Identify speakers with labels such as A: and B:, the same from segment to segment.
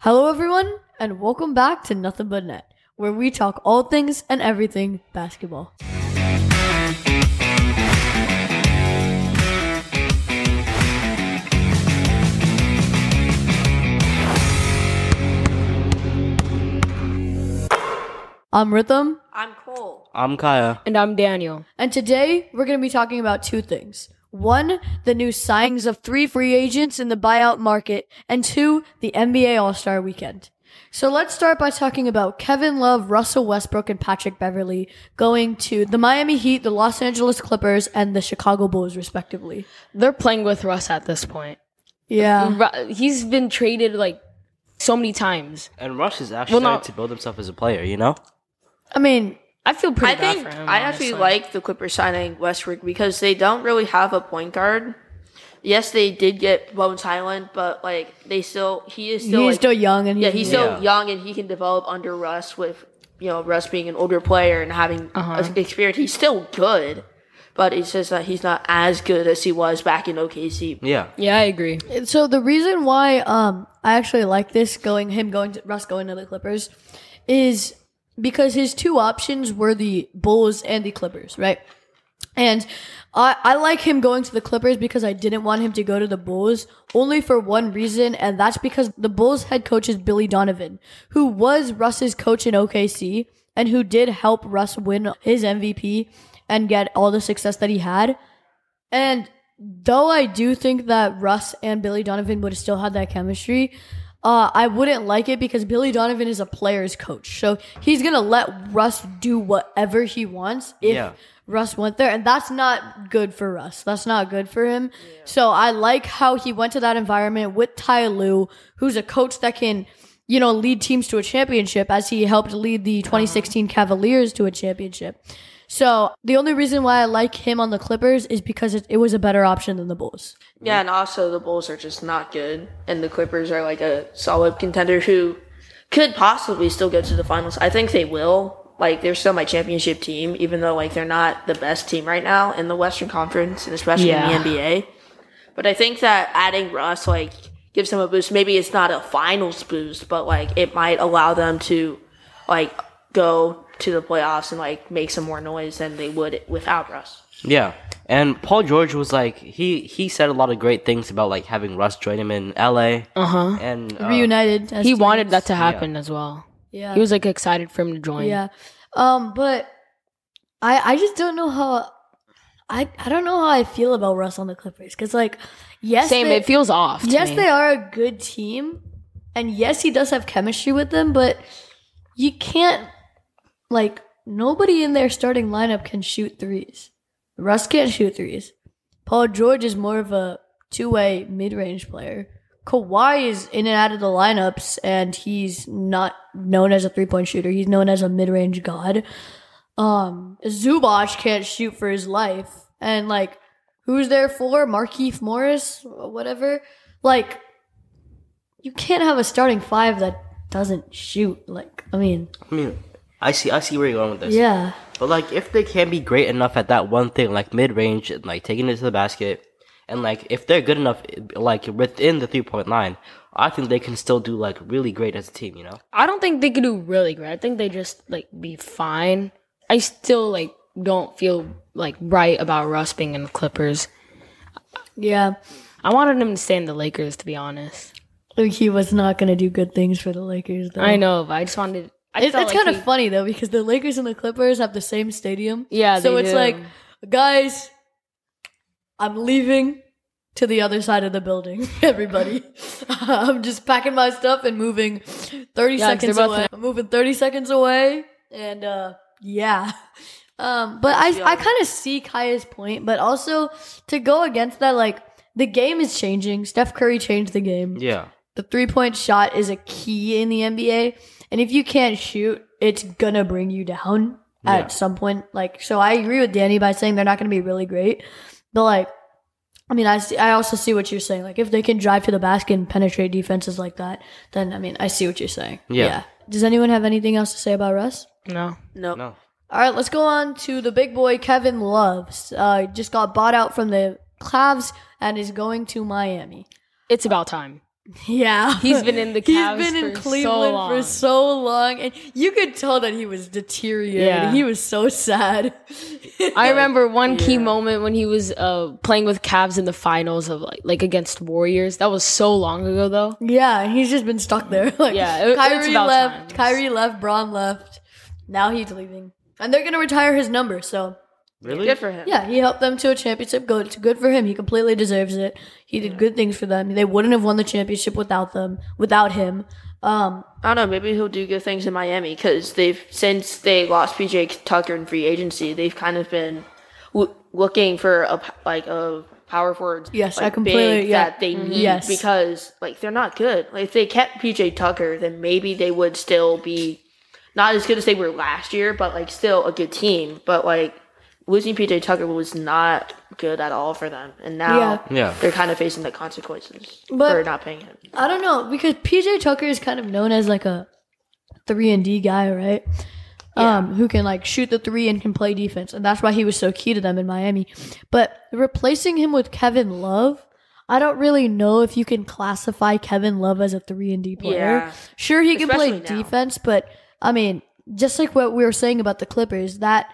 A: Hello, everyone, and welcome back to Nothing But Net, where we talk all things and everything basketball. I'm Rhythm,
B: I'm Cole.
C: I'm Kaya.
D: And I'm Daniel.
A: and today we're going to be talking about two things. One, the new signings of three free agents in the buyout market, and two, the NBA All Star weekend. So let's start by talking about Kevin Love, Russell Westbrook, and Patrick Beverly going to the Miami Heat, the Los Angeles Clippers, and the Chicago Bulls, respectively.
D: They're playing with Russ at this point.
A: Yeah.
D: Ru- He's been traded like so many times.
C: And Rush is actually
D: Well,
C: starting
D: no.
C: to build himself as a player, you know?
A: I mean,
D: I feel pretty
B: I
D: bad
B: think
D: for him.
B: I actually
D: honestly.
B: like the Clippers signing Westbrook because they don't really have a point guard. Yes, they did get Bones Highland, but like they still he is still
A: he's
B: like-
A: still young and
B: yeah he's still
C: Yeah.
B: young and he can develop under Russ with you know Russ being an older player and having
D: Uh-huh.
B: uh experience. He's still good, but it's just that he's not as good as he was back in OKC.
C: Yeah.
D: Yeah, I agree.
A: So the reason why um I actually like this going him going to Russ going to the Clippers is because his two options were the Bulls and the Clippers, right? And I, I like him going to the Clippers because I didn't want him to go to the Bulls only for one reason, and that's because the Bulls head coach is Billy Donovan, who was Russ's coach in OKC and who did help Russ win his MVP and get all the success that he had. And though I do think that Russ and Billy Donovan would have still had that chemistry, uh, I wouldn't like it because Billy Donovan is a player's coach. So he's going to let Russ do whatever he wants if
C: Yeah.
A: Russ went there. And that's not good for Russ. That's not good for him. So I like how he went to that environment with Ty Lue, who's a coach that can. You know, lead teams to a championship as he helped lead the 2016 Cavaliers to a championship. So the only reason why I like him on the Clippers is because it, it was a better option than the Bulls.
B: Yeah, and also the Bulls are just not good, and the Clippers are like a solid contender who could possibly still go to the finals. I think they will. Like they're still my championship team, even though like they're not the best team right now in the Western Conference and especially
D: Yeah.
B: in the NBA. But I think that adding Russ like gives them a boost. Maybe it's not a finals boost, but like it might allow them to like go to the playoffs and like make some more noise than they would without Russ.
C: Yeah. And Paul George was like he he said a lot of great things about like having Russ join him in LA. Uh-huh. And uh,
A: Reunited. As
D: He
A: teams.
D: wanted that to happen as well.
A: Yeah.
D: He was like excited for him to join.
A: yeah. Um, but I I just don't know how I I don't know how I feel about Russ on the Clippers because like yes
D: Same,
A: they,
D: it feels off. to
A: yes
D: me.
A: they are a good team and yes he does have chemistry with them but you can't like nobody in their starting lineup can shoot threes. Russ can't shoot threes. Paul George is more of a two-way mid-range player. Kawhi is in and out of the lineups, and he's not known as a three-point shooter. He's known as a mid-range god. Um, Zubac can't shoot for his life, and like, who's there for Markeith Morris, whatever? Like, you can't have a starting five that doesn't shoot. Like, I mean,
C: I mean I see I see where you're going with this.
A: yeah,
C: But like if they can be great enough at that one thing, like mid range and like taking it to the basket and like if they're good enough like within the three point line, I think they can still do like really great as a team, you know?
D: I don't think they could do really great. I think they just like be fine. I still like don't feel like right about Russ being in the Clippers.
A: yeah.
D: I wanted him to stay in the Lakers to be honest.
A: Like he was not gonna do good things for the Lakers. Though.
D: I know, but I just wanted I
A: It's,
D: felt
A: Mm. it's
D: like
A: kind of
D: he-
A: funny though because the Lakers and the Clippers have the same stadium.
D: Yeah,
A: So
D: they
A: it's
D: do.
A: like, guys, I'm leaving to the other side of the building. Everybody, I'm just packing my stuff and moving thirty
D: Yeah, 'cause they're
A: seconds
D: both
A: away. I'm moving thirty seconds away, and uh, yeah. Um, but
B: Yeah.
A: I I kind of see Kaya's point, but also to go against that, like the game is changing. Steph Curry changed the game.
C: Yeah.
A: The three point shot is a key in the NBA. And if you can't shoot, it's going to bring you down
C: Yeah.
A: at some point. Like, so I agree with Danny by saying they're not going to be really great. But, like, I mean, I, see, I also see what you're saying. Like, if they can drive to the basket and penetrate defenses like that, then, I mean, I see what you're saying.
C: Yeah.
A: Does anyone have anything else to say about Russ?
D: no.
B: No.
C: No.
A: All right, let's go on to the big boy Kevin Love. Uh, just got bought out from the Cavs and is going to Miami.
D: It's about time.
A: Yeah.
D: He's been in the
A: He's
D: Cavs
A: been in
D: for so
A: Cleveland for
D: long.
A: so long, and you could tell that he was deteriorating.
D: Yeah.
A: He was so sad.
D: I remember one key moment when he was uh, playing with Cavs in the finals of like like against Warriors. That was so long ago though.
A: yeah, he's just been stuck there. Like,
D: Yeah, it- it's
A: Kyrie
D: about
A: left.
D: time.
A: Kyrie left. Braun left. Now he's leaving, and they're gonna retire his number. So
C: Really?
B: Good for him.
A: yeah, he helped them to a championship. Go, it's good for him. He completely deserves it. He did good things for them. They wouldn't have won the championship without them, without him. Um,
B: I don't know. Maybe he'll do good things in Miami because they've since they lost PJ Tucker in free agency, they've kind of been w- looking for a p- like a power forward.
A: Yes, I
B: like,
A: completely-
B: big
A: yeah. Mm-hmm.
B: that they need
A: Yes.
B: because like they're not good. Like if they kept PJ Tucker, then maybe they would still be not as good as they were last year, but like still a good team. But like losing PJ Tucker was not good at all for them, and now
A: Yeah.
C: Yeah.
B: they're kind of facing the consequences
A: But-
B: for not paying him.
A: I don't know because PJ Tucker is kind of known as like a three and D guy, right? Um, who can like shoot the three and can play defense, and that's why he was so key to them in Miami. But replacing him with Kevin Love, I don't really know if you can classify Kevin Love as a three and D player.
B: Yeah.
A: Sure, he can play
B: Especially now.
A: defense, but I mean, just like what we were saying about the Clippers, that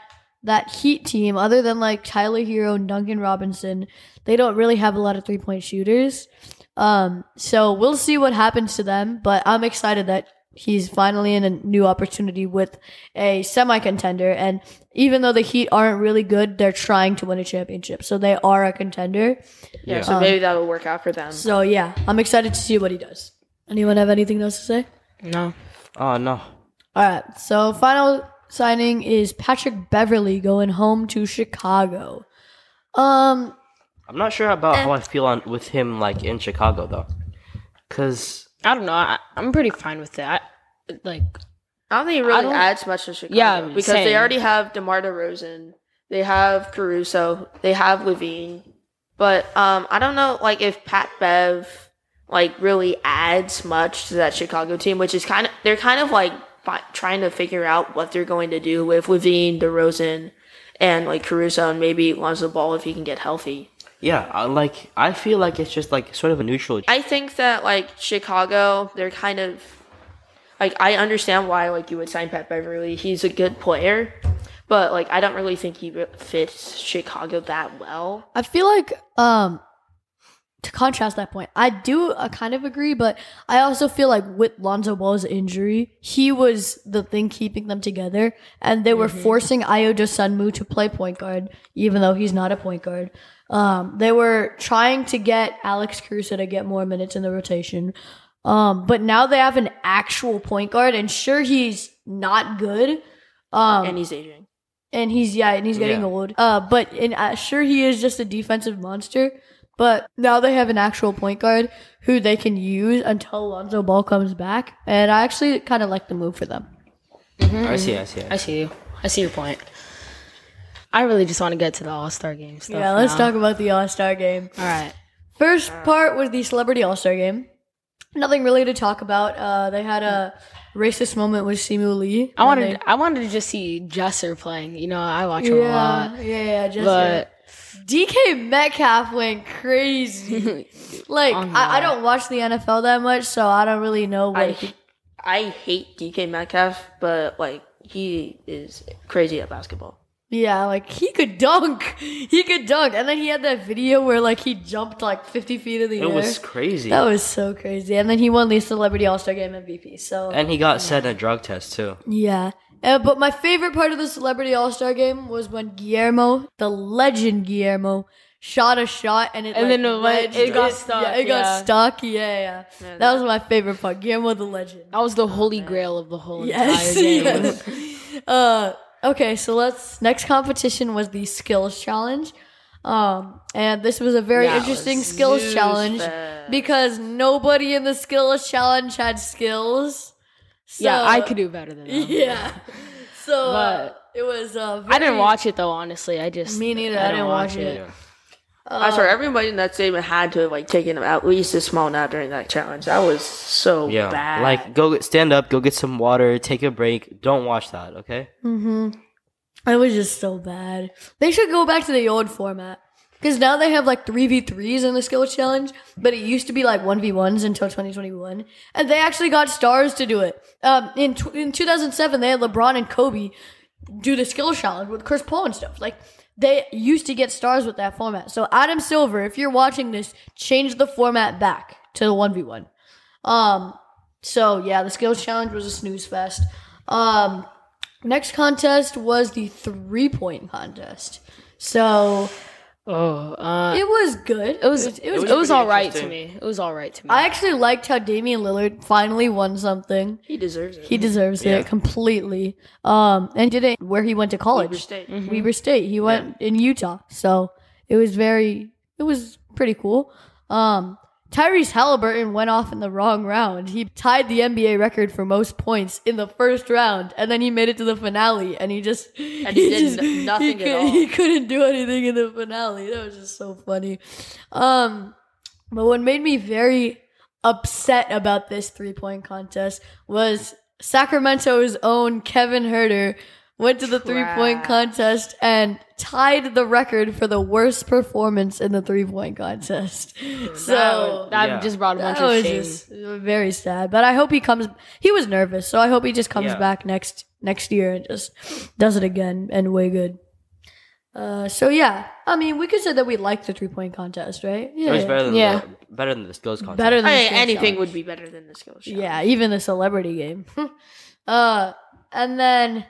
A: that Heat team, other than like Tyler Hero and Duncan Robinson, they don't really have a lot of three point shooters. Um, so we'll see what happens to them, but I'm excited that he's finally in a new opportunity with a semi contender. And even though the Heat aren't really good, they're trying to win a championship, so they are a contender.
B: Yeah,
A: Um,
B: so maybe that will work out for them.
A: So yeah, I'm excited to see what he does. Anyone have anything else to say?
D: No.
C: Oh no.
A: All right. So final signing is Patrick Beverly going home to Chicago. Um.
C: I'm not sure about
A: Eh.
C: how I feel on with him like in Chicago though, cause
D: I don't know. I, I'm pretty fine with that. Like
B: I don't think it really
D: don't-
B: adds much to Chicago.
D: Yeah,
B: because
D: same.
B: they already have DeMar DeRozan, they have Caruso, they have Levine. But um, I don't know, like if Pat Bev like really adds much to that Chicago team, which is kind of they're kind of like fi- trying to figure out what they're going to do with Levine, DeRozan, and like Caruso, and maybe Lonzo Ball if he can get healthy.
C: yeah, I, like I feel like it's just like sort of a neutral.
B: I think that like Chicago, they're kind of like I understand why like you would sign Pat Beverly. He's a good player, but like I don't really think he re- fits Chicago that well.
A: I feel like um to contrast that point, I do uh, kind of agree, but I also feel like with Lonzo Ball's injury, he was the thing keeping them together, and they were forcing Ioja Sunmu to play point guard, even though he's not a point guard. Um, they were trying to get Alex Caruso to get more minutes in the rotation. Um, but now they have an actual point guard, and sure, he's not good. Um,
B: and he's aging.
A: and he's yeah, and he's getting
C: Yeah.
A: old. Uh, but and uh, sure he is just a defensive monster. But now they have an actual point guard who they can use until Lonzo Ball comes back, and I actually kind of like the move for them.
C: I see. I see. I see.
D: I see you. I see your point. I really just want to get to the All Star game stuff.
A: yeah, let's
D: now.
A: talk about the All Star game.
D: All right.
A: First part was the Celebrity All Star game. Nothing really to talk about. Uh, they had a racist moment with Simu Lee.
D: I
A: when
D: wanted
A: they-
D: I wanted to just see Jesser playing. You know, I watch him a
A: Yeah,
D: lot.
A: yeah, yeah, just
D: But
A: DK Metcalf went crazy. like
D: I'm
A: I, I
D: not.
A: don't watch the NFL that much, so I don't really know what
B: I
A: he-
B: h- I hate DK Metcalf, but like he is crazy at basketball.
A: Yeah, like he could dunk. He could dunk. And then he had that video where like he jumped like 50 feet in the air.
C: It was crazy.
A: that was so crazy. And then he won the Celebrity All Star Game MVP. So
C: and he got set in a drug test too.
A: yeah. Uh, but my favorite part of the Celebrity All Star Game was when Guillermo, the legend Guillermo, shot a shot and it like,
D: And then it went-
A: wedged
D: it got
A: Yeah,
D: stuck,
A: it got
D: yeah.
A: stuck. Yeah, yeah. that was my favorite part. Guillermo the legend.
D: that was the holy grail of the whole
A: Yes.
D: entire game.
A: yes. Uh, okay, so let's. Next competition was the skills challenge. Um, and this was a very
D: Yeah, it
A: interesting
D: was
A: skills
B: Zeus
A: challenge
B: fest.
A: because nobody in the skills challenge had skills. So,
D: yeah, I could do better than that.
A: Yeah. So uh,
D: But-
A: it was. Uh,
D: I didn't
A: very-
D: watch it though, honestly. I just
A: Me neither. I, didn't watch it. Um,
B: I swear, everybody in that statement had to have like taken at least a small nap during that challenge. That was so
C: Yeah.
B: bad.
C: Like go get- stand up, go get some water, take a break. Don't watch that, okay?
A: Mm-hmm. It was just so bad. They should go back to the old format. Because now they have like 3v3s in the skill challenge, but it used to be like 1v1s until 2021. And they actually got stars to do it. Um, in, tw- in 2007, they had LeBron and Kobe do the skill challenge with Chris Paul and stuff. Like, they used to get stars with that format. So, Adam Silver, if you're watching this, change the format back to the 1v1. Um, so, yeah, the skills challenge was a snooze fest. Um, next contest was the three point contest. So
D: Oh, uh,
A: it was good. It
D: was-
A: it
D: it
A: was.
D: was,
C: pretty
D: all right to
C: interesting.
D: me. It was all right to me.
A: I actually liked how Damian Lillard finally won something.
B: He deserves it.
A: He deserves
C: Yeah.
A: it completely. Um, and did it where he went to college,
B: Weber State.
D: Mm-hmm.
A: Weber State. He went in Utah, so it was very, it was pretty cool. Um, Tyrese Halliburton went off in the wrong round. He tied the NBA record for most points in the first round, and then he made it to the finale, and he just
B: And he did n- nothing
A: he
B: at
A: could-
B: all.
A: He couldn't do anything in the finale. That was just so funny. Um, but what made me very upset about this three point contest was Sacramento's own Kevin Herter went to the three point
D: Trash.
A: contest and tied the record for the worst performance in the three point contest. So
D: that
C: Yeah.
D: just brought a bunch
A: that
D: of
A: was
D: shame.
A: just very sad. But I hope he comes. He was nervous, so I hope he just comes
C: Yeah.
A: back next next year and just does it again and way good. Uh, so yeah, I mean, we could say that we liked the three point contest, right? Yeah,
C: It was better than
D: Yeah.
C: the, better than the skills contest.
A: better than
B: I
A: the
B: mean,
A: skill
B: anything
A: challenge.
B: would be better than the skill challenge.
A: Yeah, even the celebrity game. uh, and then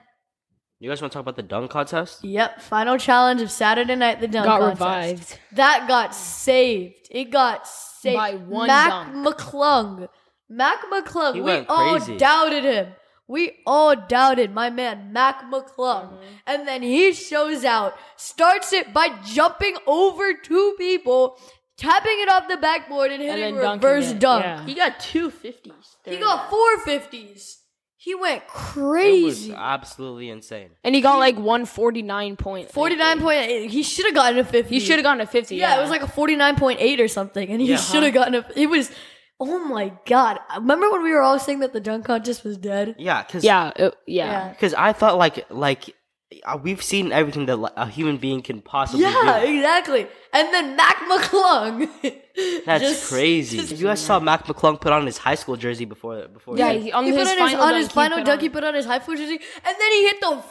C: You guys want to talk about the dunk contest?
A: yep, final challenge of Saturday night the dunk
D: got
A: contest.
D: revived.
A: That got saved. It got saved
D: By one
A: Mac
D: dunk.
A: McClung. Mac McClung.
C: He
A: we
C: went
A: all
C: crazy.
A: doubted him. We all doubted my man Mac McClung.
D: Mm-hmm.
A: And then he shows out, starts it by jumping over two people, tapping it off the backboard and
D: And
A: hitting
D: then dunking
A: reverse
D: it,
A: dunk.
D: yeah.
B: He got two fifties.
A: He got four fifties. He went
C: It was
A: crazy.
C: absolutely insane.
D: And he got like 149 point.
A: Forty nine point eight. He should have gotten a fifty.
D: He should have gotten a 50.
A: Yeah, it was like a forty nine point eight or something, and he
C: Yeah.
A: should have gotten a. It was. Oh my god! I Remember when we were all saying that the dunk contest was dead?
C: Yeah, because
D: Yeah, it- yeah.
C: Because I thought like like uh, we've seen everything that like, a human being can possibly
A: Yeah,
C: do.
A: exactly. And then Mac McClung.
C: That's
A: just-
C: crazy.
A: just-
C: you guys saw Mac McClung put on his high school jersey before before.
D: Yeah,
C: he-
D: he, on
A: he
D: his
A: put on
D: final
A: his,
D: dunk,
A: on his
D: he
A: final
D: put
A: dunk,
D: on-
A: he put on his high foot jersey, and then he hit the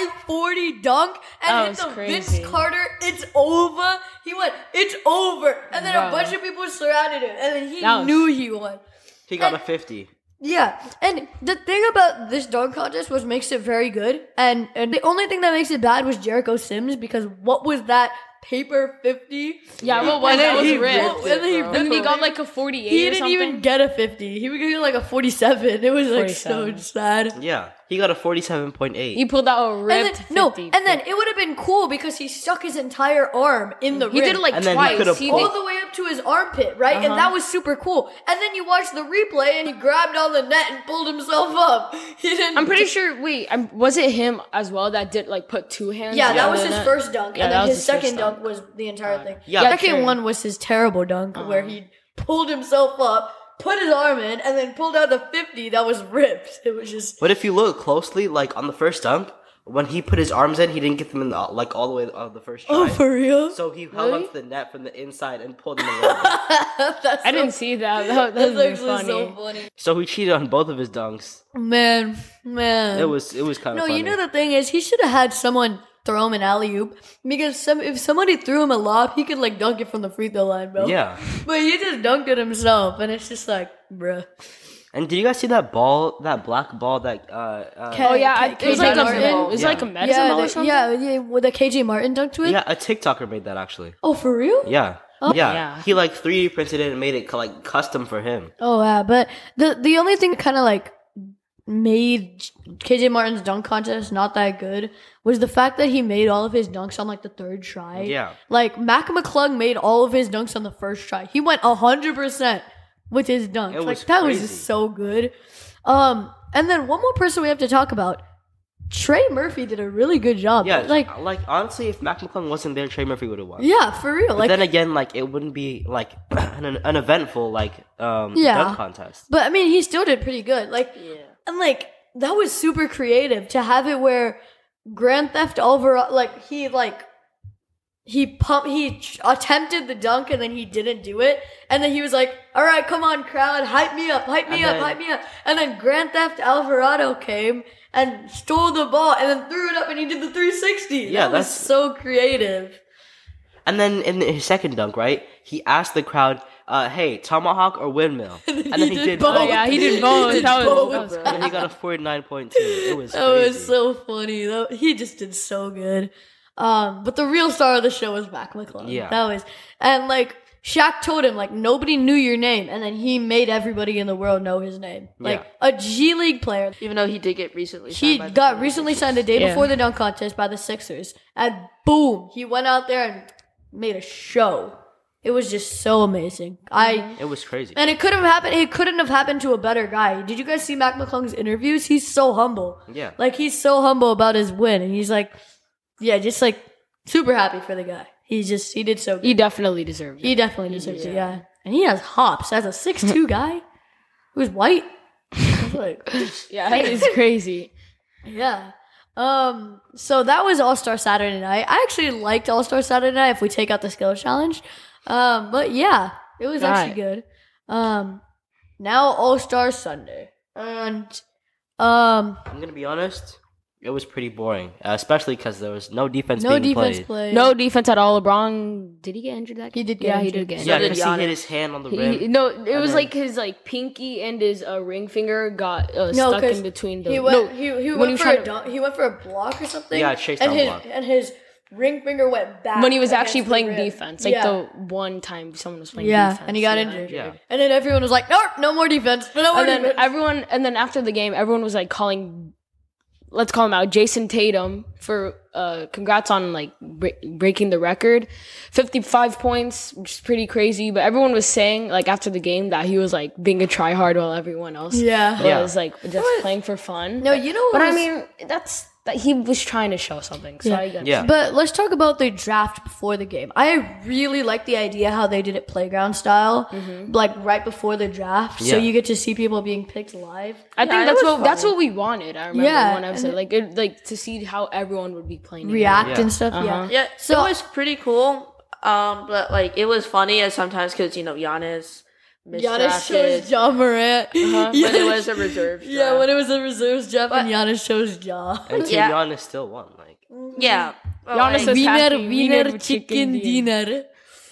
A: 540 dunk and
D: That
A: hit
D: was
A: the
D: crazy.
A: Vince Carter. It's over. He went, it's over. And then a
D: Wow.
A: bunch of people surrounded him, and then he
D: That was-
A: knew he won.
C: he got a fifty.
A: Yeah, and the thing about this dunk contest was makes it very good, and and the only thing that makes it bad was Jericho Sims because what was that paper fifty?
D: Yeah, what was
A: And
D: that?
A: then
D: Was
A: he
D: ripped.
A: ripped it, And then he bro. ripped
D: And he
A: it.
D: got like a 48.
A: He
D: or
A: didn't even
D: something.
A: get a fifty. He was gonna get like a forty-seven. It was like so
D: 47.
A: sad.
C: Yeah, he got a forty-seven point eight.
D: He pulled out a ripped
A: and then, no,
D: 50.
A: and then it would have been cool because he stuck his entire arm in the
D: he
A: rim.
D: did it like
C: And then he
D: twice.
C: could've
D: He,
A: all the way up to his armpit, right? And that was super cool. And then you watch the replay, and he grabbed on the net and pulled himself up. He didn't.
D: I'm pretty sure. Wait, i was it him as well that did like put two hands?
A: Yeah,
D: on
A: that
D: the
A: was his
D: net?
A: first dunk,
D: Yeah,
A: and
D: that
A: then
D: was
A: his,
D: his first
A: second
D: dunk.
A: dunk. was the entire thing.
C: yeah,
A: second
D: true.
A: one was his terrible dunk where he pulled himself up, put his arm in, and then pulled out the fifty that was ripped. It was just
C: But if you look closely, like on the first dunk, when he put his arms in, he didn't get them in the, like all the way on the first try.
A: oh for real.
C: so he held
D: Really?
C: onto the net from the inside and pulled them away.
A: that's
D: I didn't see that. That, that
A: that's
D: was
A: actually
D: funny.
A: so funny.
C: so he cheated on both of his dunks.
A: Man, man,
C: It was it was kind
A: No,
C: of funny.
A: you know the thing is, he should have had someone throw him an alley oop because some if somebody threw him a lob, he could like dunk it from the free throw line, bro.
C: yeah.
A: but he just dunked it himself, and it's just like, bruh.
C: And did you guys see that ball, that black ball that uh, uh
A: Ken-
D: Oh yeah, I,
A: Ken-
D: it was
A: Ken
D: like a
A: Martin.
D: it was
C: Yeah.
D: like a medicine ball or
A: the-
D: something.
A: yeah, yeah, with the KJ Martin dunked to it.
C: yeah, a TikToker made that actually.
A: Oh, for real?
C: Yeah.
A: Oh,
C: Yeah.
D: Yeah.
C: He like 3D printed it and made it like custom for him.
A: Oh yeah, but the the only thing kind of like made KJ Martin's dunk contest not that good was the fact that he made all of his dunks on like the third try.
C: Yeah.
A: Like Mac McClung made all of his dunks on the first try. He went hundred percent with his dunks.
C: It
A: like
C: was
A: that was
C: crazy.
A: just so good. Um, and then one more person we have to talk about. Trey Murphy did a really good job.
C: Yeah.
A: Like
C: Like, like honestly, if Mac McClung wasn't there, Trey Murphy would have won.
A: yeah, for real.
C: But
A: Like
C: then again, like it wouldn't be like an, an eventful like um
A: Yeah.
C: dunk contest.
A: But I mean, he still did pretty good. Like, and like that was super creative to have it where Grand Theft Auto, like he like he pump he ch- attempted the dunk and then he didn't do it and then he was like all right come on crowd hype me up hype me
C: And
A: up
C: then-
A: hype me up and then grand theft alvarado came and stole the ball and then threw it up and he did the 360
C: Yeah,
A: that was
C: that's-
A: so creative
C: And then in his second dunk, right, he asked the crowd, uh, "Hey, tomahawk or windmill?" And then,
A: he did both.
D: Oh, yeah, he did both. that was, that was
C: and he got a forty-nine point two. It was
A: that
C: crazy.
A: was so funny though he just did so good um but the real star of the show was mac mcclung
C: Yeah.
A: that was and like Shaq told him like nobody knew your name, and then he made everybody in the world know his name. Like a G League player,
B: Even though he did get recently signed
A: He
B: by the
A: got
B: 76ers.
A: recently signed the day
D: Yeah.
A: before the dunk contest by the Sixers, and boom, he went out there and made a show. It was just so amazing.
B: Mm-hmm.
A: I
C: It was crazy.
A: and it could have happened. It couldn't have happened to a better guy. Did you guys see Mac McClung's interviews? He's so humble.
C: Yeah.
A: like he's so humble about his win, and he's like, yeah, just like super happy for the guy. He just he did so. Good.
D: he definitely deserved
A: He
D: it.
A: definitely deserves it. Yeah, and he has hops as a six two guy who's white. I was like.
D: Yeah, that is crazy.
A: Yeah. Um. So that was All Star Saturday Night. I actually liked All Star Saturday Night. If we take out the skill challenge, um. But yeah, it was actually good. Um. Now All Star Sunday, and um,
C: I'm gonna be honest. It was pretty boring, uh, especially because there was no defense
A: no
C: being
A: defense
C: played.
A: play.
D: No defense at all. LeBron, did he get injured that
A: He did get
D: Yeah, he
A: injured.
D: did get
C: Yeah,
D: injured.
B: did
C: because he
B: Giannis.
C: hit his hand on the
D: He- he-
C: rim.
D: no, it was
C: then-
D: like his like pinky and his uh, ring finger got uh,
A: No,
D: stuck
A: 'cause
D: in between the.
A: He
D: no,
A: went. he he
D: when
A: went
D: he was
A: for a
D: trying to-
A: dunk- he went for a block or something.
C: Yeah, chased
A: and
C: down
A: his,
C: block.
A: And his ring finger went back
D: when he was
A: against
D: actually
A: the
D: playing
A: rim.
D: defense, like
A: Yeah.
D: the one time someone was playing
A: yeah,
D: defense,
A: and he got
D: yeah.
A: injured.
C: Yeah.
A: And then everyone was like, "Nope, no more defense." No more
D: And then
A: defense.
D: everyone, and then after the game, everyone was like calling, let's call him out, Jason Tatum for uh, congrats on like bre- breaking the record, fifty five points, which is pretty crazy. But everyone was saying like after the game that he was like being a tryhard while everyone else
A: yeah.
C: Yeah.
D: was like just playing for fun.
A: No, you know what
D: but I
A: was-
D: mean that's that he was trying to show something. So
A: Yeah.
D: I guess
C: Yeah.
A: But let's talk about the draft before the game. I really like the idea how they did it playground style, like right before the draft, so
C: Yeah.
A: you get to see people being picked live.
D: I think
B: Yeah, it
D: that's
B: was
D: what that's
B: fun.
D: what we wanted. I remember
A: Yeah,
D: one episode, like it, like to see how everyone would be playing. together.
A: React
C: Yeah.
A: and stuff, yeah.
B: Yeah,
A: So-
B: so it was pretty cool. Um, but like it was funny as sometimes because you know Giannis,
A: Giannis
B: misdrafted,
A: chose Ja Morant.
B: but it was uh, a reserve.
A: yeah,
B: draft.
A: when it was the reserves draft, and Giannis chose Ja.
C: and Team
B: yeah.
C: Giannis still won. Like,
B: yeah, but,
D: Giannis
B: like,
D: was
A: Wiener,
D: happy.
A: wiener,
D: with
A: chicken dinner.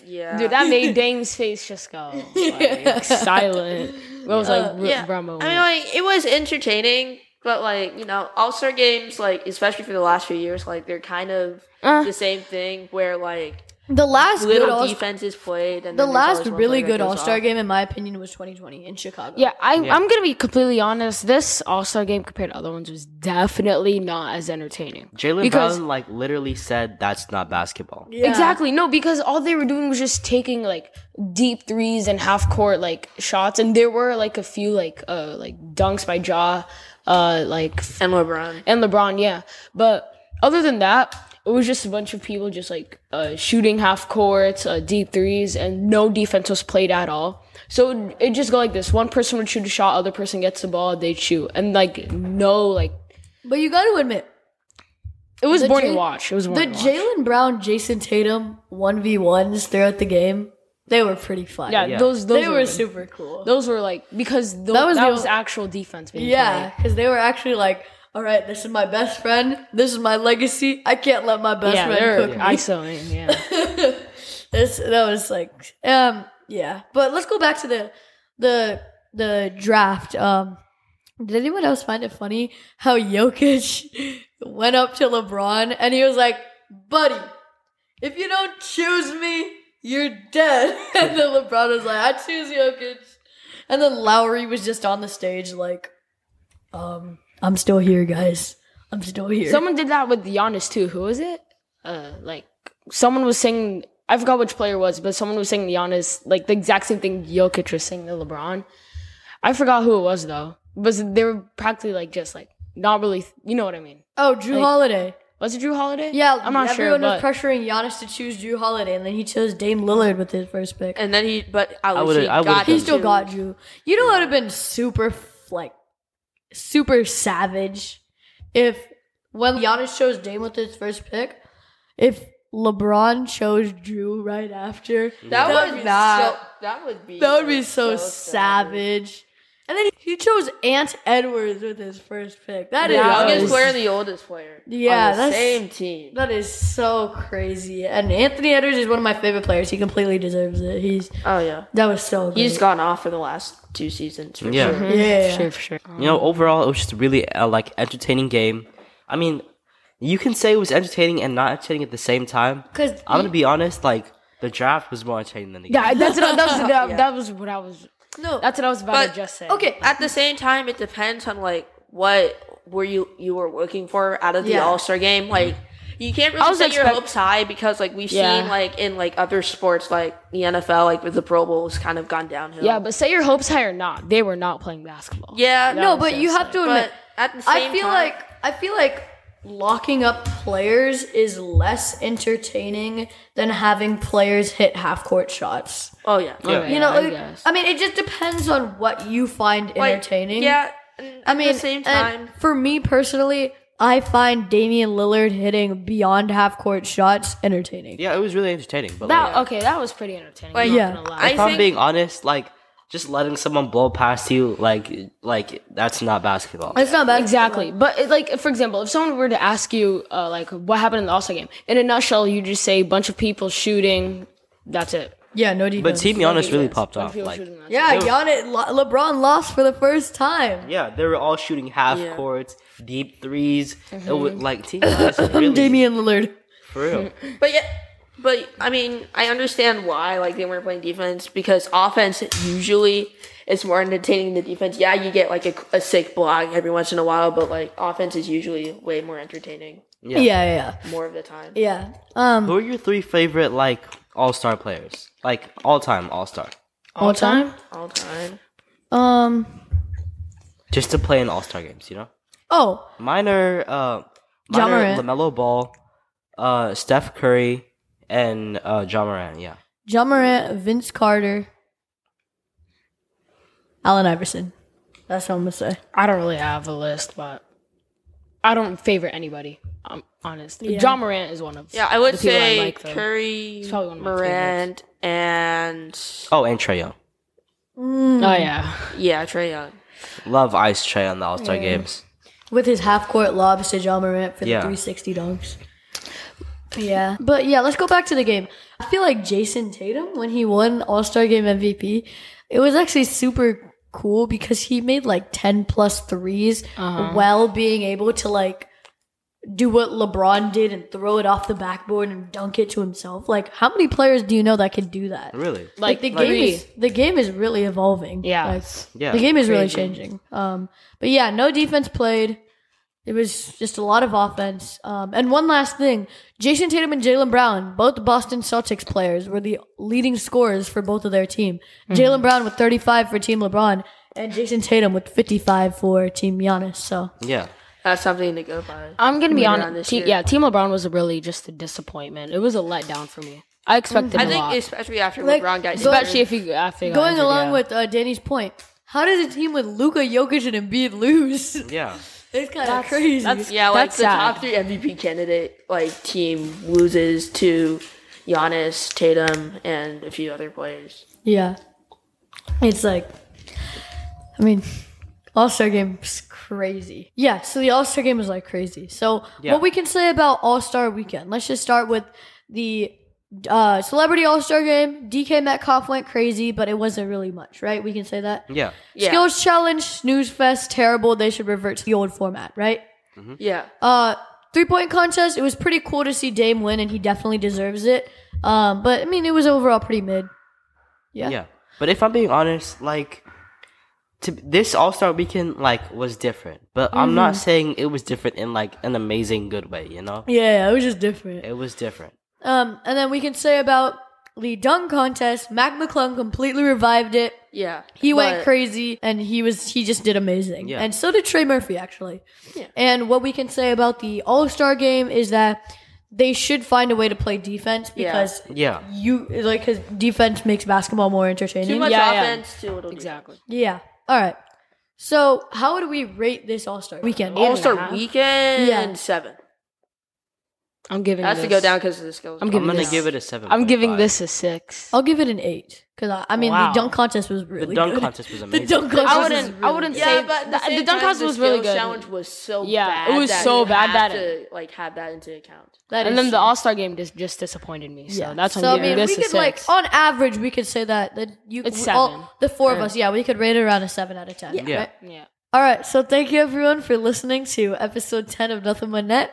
B: yeah,
D: Dude, that made Dame's face just go like, silent. It was like, r-
B: yeah.
D: bro
B: I mean,
D: moment.
B: like it was entertaining, but like you know, All Star games, like especially for the last few years, like they're kind of
D: Uh.
B: the same thing where like
A: The last good
B: little
A: all,
B: defense is played, and
A: the
B: then there's
A: last
B: always one
A: really good
B: player that goes
A: All Star
B: off.
A: game, in my opinion, was 2020 in Chicago.
D: yeah, I,
C: Yeah.
D: I'm gonna be completely honest. This All Star game compared to other ones was definitely not as entertaining.
C: Jalen
D: Because-
C: Brown like literally said, "That's not basketball."
A: Yeah.
D: Exactly. No, because all they were doing was just taking like deep threes and half court like shots, and there were like a few like uh like dunks by Jaw, uh like f-
B: and LeBron.
D: and LeBron, yeah. But other than that, it was just a bunch of people just like uh shooting half courts, uh, deep threes, and no defense was played at all. So it it'd just go like this: one person would shoot a shot, other person gets the ball, they shoot, and like no like
A: But you got to admit,
D: it was
A: The
D: boring
A: J-
D: to watch. It was
A: The
D: boring. to watch.
A: Jalen Brown, Jason Tatum one v ones throughout the game, they were pretty fun.
D: yeah,
C: Yeah.
D: those those
A: they
D: were
A: were
D: good.
A: super cool.
D: Those were like because tho-
A: That
D: that
A: was
D: was
A: the o-
D: actual defense being
A: Yeah, because they were actually like, "All right, this is my best friend. This is my legacy. I can't let my best
D: played. Yeah,
A: friend
D: they're
A: cook me."
D: isoing. Yeah,
A: This that was like, um, yeah. But let's go back to the the the draft. Um, did anyone else find it funny how Jokic went up to LeBron and he was like, "Buddy, if you don't choose me, you're dead." and then LeBron was like, "I choose Jokic," and then Lowry was just on the stage like, "Um, I'm still here, guys. I'm still here."
D: someone did that with Giannis too. Who was it? Uh, like someone was saying. I forgot which player it was, but someone was saying Giannis like the exact same thing Jokic was saying to LeBron. I forgot who it was though, but they were practically like just like not really. You know what I mean?
A: oh, Drew Holiday.
D: Was it Drew Holiday?
A: Yeah,
D: I'm not sure.
A: everyone was
D: But
A: pressuring Giannis to choose Drew Holiday, and then he chose Dame Lillard with his first pick.
B: And then he, but I,
C: I would've-
B: he
C: I would've
B: got
C: done
A: he
C: them
A: still
B: to-
A: got Drew. You know, it would have been super, f- like, super savage if when Giannis chose Dame with his first pick, if LeBron chose Drew right after.
B: Mm-hmm. That,
A: That
B: would
A: would
B: be
A: not-
B: so. That would be.
A: That would be so,
B: savage.
A: savage. And then he chose Ant Edwards with his first pick. That
B: The
A: is
B: youngest
D: was-
B: player and the oldest player.
A: Yeah,
B: on the
A: that's-
B: same team.
A: that is so crazy. And Anthony Edwards is one of my favorite players. He completely deserves it. He's
B: Oh yeah,
A: that was so. Great.
B: he's gone off for the last two seasons. For
C: Yeah.
B: sure.
D: Mm-hmm.
A: Yeah, yeah.
D: Sure, for sure.
C: You know, overall, it was just a really uh, like entertaining game. I mean, you can say it was entertaining and not entertaining at the same time.
A: 'Cause
C: I'm gonna be honest, like the draft was more entertaining than the game.
D: Yeah, that's what, that, was, that, that was what I was.
A: no,
D: That's what I was about
B: But
D: to just say.
B: okay, Mm-hmm. at the same time, it depends on like what were you you were looking for out of the
A: Yeah.
B: All Star game.
C: Mm-hmm.
B: Like you can't really
D: was
B: set your
D: expect-
B: hopes high because like we've
D: Yeah.
B: seen like in like other sports like the NFL like with the Pro Bowls kind of gone downhill.
D: Yeah, but say your hopes high or not, they were not playing basketball.
B: yeah,
A: no, but you have to admit,
B: But at the same
A: I feel
B: time-
A: like I feel like locking up players is less entertaining than having players hit half court shots.
B: oh yeah,
C: Yeah.
A: You know,
D: I
A: like-
D: guess.
A: I mean, it just depends on what you find
B: Like,
A: entertaining.
B: Yeah, and
A: I mean,
B: at the same
A: and
B: time,
A: for me personally, I find Damian Lillard hitting beyond half court shots entertaining.
C: Yeah, it was really entertaining. But
D: That
C: like,
D: okay, that was pretty entertaining.
B: Like,
D: I'm
A: Yeah.
D: not gonna lie.
B: I
C: if I am
B: think-
C: being honest, like just letting someone blow past you, like like that's not basketball.
A: It's not bad.
D: Exactly, but it, like for example, if someone were to ask you uh, like what happened in the All Star game, in a nutshell, you just say bunch of people shooting. That's it.
A: Yeah, no defense.
C: But Team Giannis really
D: Yes.
C: popped
D: Bunch of
C: off.
D: people
C: Like
D: shooting, that's it.
A: yeah, Giannis, Le- LeBron lost for the first time.
C: yeah, they were all shooting half
B: Yeah.
C: courts, deep 3s It was
D: Mm-hmm.
C: like Team Giannis really
A: Damian Lillard.
C: for real.
B: But yeah, but I mean, I understand why like they weren't playing defense because offense usually is more entertaining than defense. Yeah, you get like a, a sick block every once in a while, but like offense is usually way more entertaining
C: Yeah.
A: yeah, yeah.
B: more of the time.
A: Yeah. Um,
C: Who are your three favorite like All Star players? Like all time All Star.
A: all time.
B: All time.
A: Um.
C: just to play in All Star games. You know,
A: Oh,
C: minor, uh,
A: Ja
C: minor
A: Morant.
C: Lamelo Ball, uh, Steph Curry, and uh, John Moran. Yeah,
A: John Morant, Vince Carter, Allen Iverson. That's what I'm gonna say.
D: I don't really have a list, but I don't favor anybody. I'm honest. John Morant is one of
B: Yeah, I would
D: the people
B: say
D: I like, though.
B: Curry,
D: probably one of my
B: Morant, and
C: Oh, and Trey Young.
D: Oh yeah,
B: yeah, Trey Young.
C: Love Ice Trey on the All Star games.
A: With his half court lobs to John Morant for the
C: Yeah.
A: 360 dunks. Yeah. But yeah, let's go back to the game. I feel like Jason Tatum, when he won All Star Game MVP, it was actually super cool because he made like 10 plus 3s while being able to like do what LeBron did and throw it off the backboard and dunk it to himself. Like, how many players do you know that can do that?
C: Really?
A: like, the game
D: three.
A: is the game is really evolving.
D: Yeah.
A: Like,
C: Yeah.
A: the game is really
D: Crazy.
A: changing. Um, but yeah, no defense played. It was just a lot of offense. Um, and one last thing: Jason Tatum and Jalen Brown, both Boston Celtics players, were the leading scorers for both of their team.
D: Mm-hmm.
A: Jalen Brown with 35 for Team LeBron, and Jason Tatum with 55 for Team Giannis. So
C: Yeah.
B: That's something to go by.
D: I'm gonna be
B: Later on
D: honest.
B: this
D: Team,
B: year.
D: yeah, Team LeBron was really just a disappointment. It was a letdown for me. I expected
B: I
D: a
B: think
D: lot,
B: especially after
A: Like,
B: LeBron got
A: go-
B: injured.
D: especially if you after he got
A: going
D: injured,
A: along
D: yeah.
A: with uh, Danny's point, how does a team with Luka Jokic and Embiid lose?
C: Yeah.
A: it's kind of crazy.
D: that's-
B: Yeah, like
D: That's
B: the
D: sad.
B: top three MVP candidate like team loses to Giannis, Tatum, and a few other players.
A: Yeah. It's like, I mean, All Star game is crazy. Yeah, so the All Star game is like crazy. So,
C: Yeah.
A: what we can say about All Star weekend, let's just start with the uh, Celebrity All Star game. DK Metcalf went crazy, but it wasn't really much, right? We can say that.
C: Yeah.
B: Yeah.
A: Skills Challenge, Snooze Fest, terrible. They should revert to the old format, right?
D: Hmm?
B: Yeah.
A: Uh, three point contest, it was pretty cool to see Dame win, and he definitely deserves it. Um, but, I mean, it was overall pretty mid. Yeah.
C: Yeah. But if I'm being honest, like to, this All Star Weekend like was different, but I'm not
A: Mm-hmm.
C: saying it was different in like an amazing good way. You know,
A: Yeah, it was just different.
C: it was different.
A: Um, and then we can say about the dunk contest, Mac McClung completely revived it.
B: Yeah.
A: He went
B: But-
A: crazy and he was he just did amazing.
C: Yeah.
A: And so did Trey Murphy actually. And what we can say about the All-Star game is that they should find a way to play defense
B: Yeah.
A: because
C: Yeah.
A: you like cuz defense makes basketball more entertaining.
B: Too much
D: Yeah, yeah.
B: offense, too little.
D: exactly.
A: yeah. All right. So, how would we rate this All-Star weekend?
B: All
D: Eight and a
B: Star
D: half.
B: Weekend
A: Yeah.
B: seven.
D: I'm giving.
B: It has
D: this,
B: to go down because of the skills.
D: I'm
C: I'm
D: giving
C: gonna
D: this-
C: give it a seven.
D: I'm giving this a six.
A: I'll give it an eight because I, I mean
D: Wow.
A: the dunk contest was really
C: The dunk
A: good.
C: contest was
A: The
C: amazing.
A: dunk contest.
D: I
A: was
D: wouldn't- I
A: really
D: wouldn't
A: good.
D: say-
B: Yeah,
D: Save-
B: but at
D: the-
B: same
D: the
B: time,
D: dunk contest
B: the
D: was really
B: skills
D: good.
B: Challenge was so
D: Yeah,
B: bad
D: it was
B: that
D: so
B: you
D: bad
B: have
D: that
B: to like have that into account.
A: That
D: And
A: is
D: then
A: true.
D: the All Star game just, just disappointed me. So that's why
A: so
D: I'm
A: I
D: giving
A: mean,
D: this
A: we
D: a
A: could like
D: six.
A: on average we could say that that you
D: It's
A: we- all-
D: seven.
A: the four of us yeah we could rate it around a seven out of ten.
C: Yeah.
A: right?
D: yeah.
A: All right, so thank you everyone for listening to episode ten of Nothing But Net,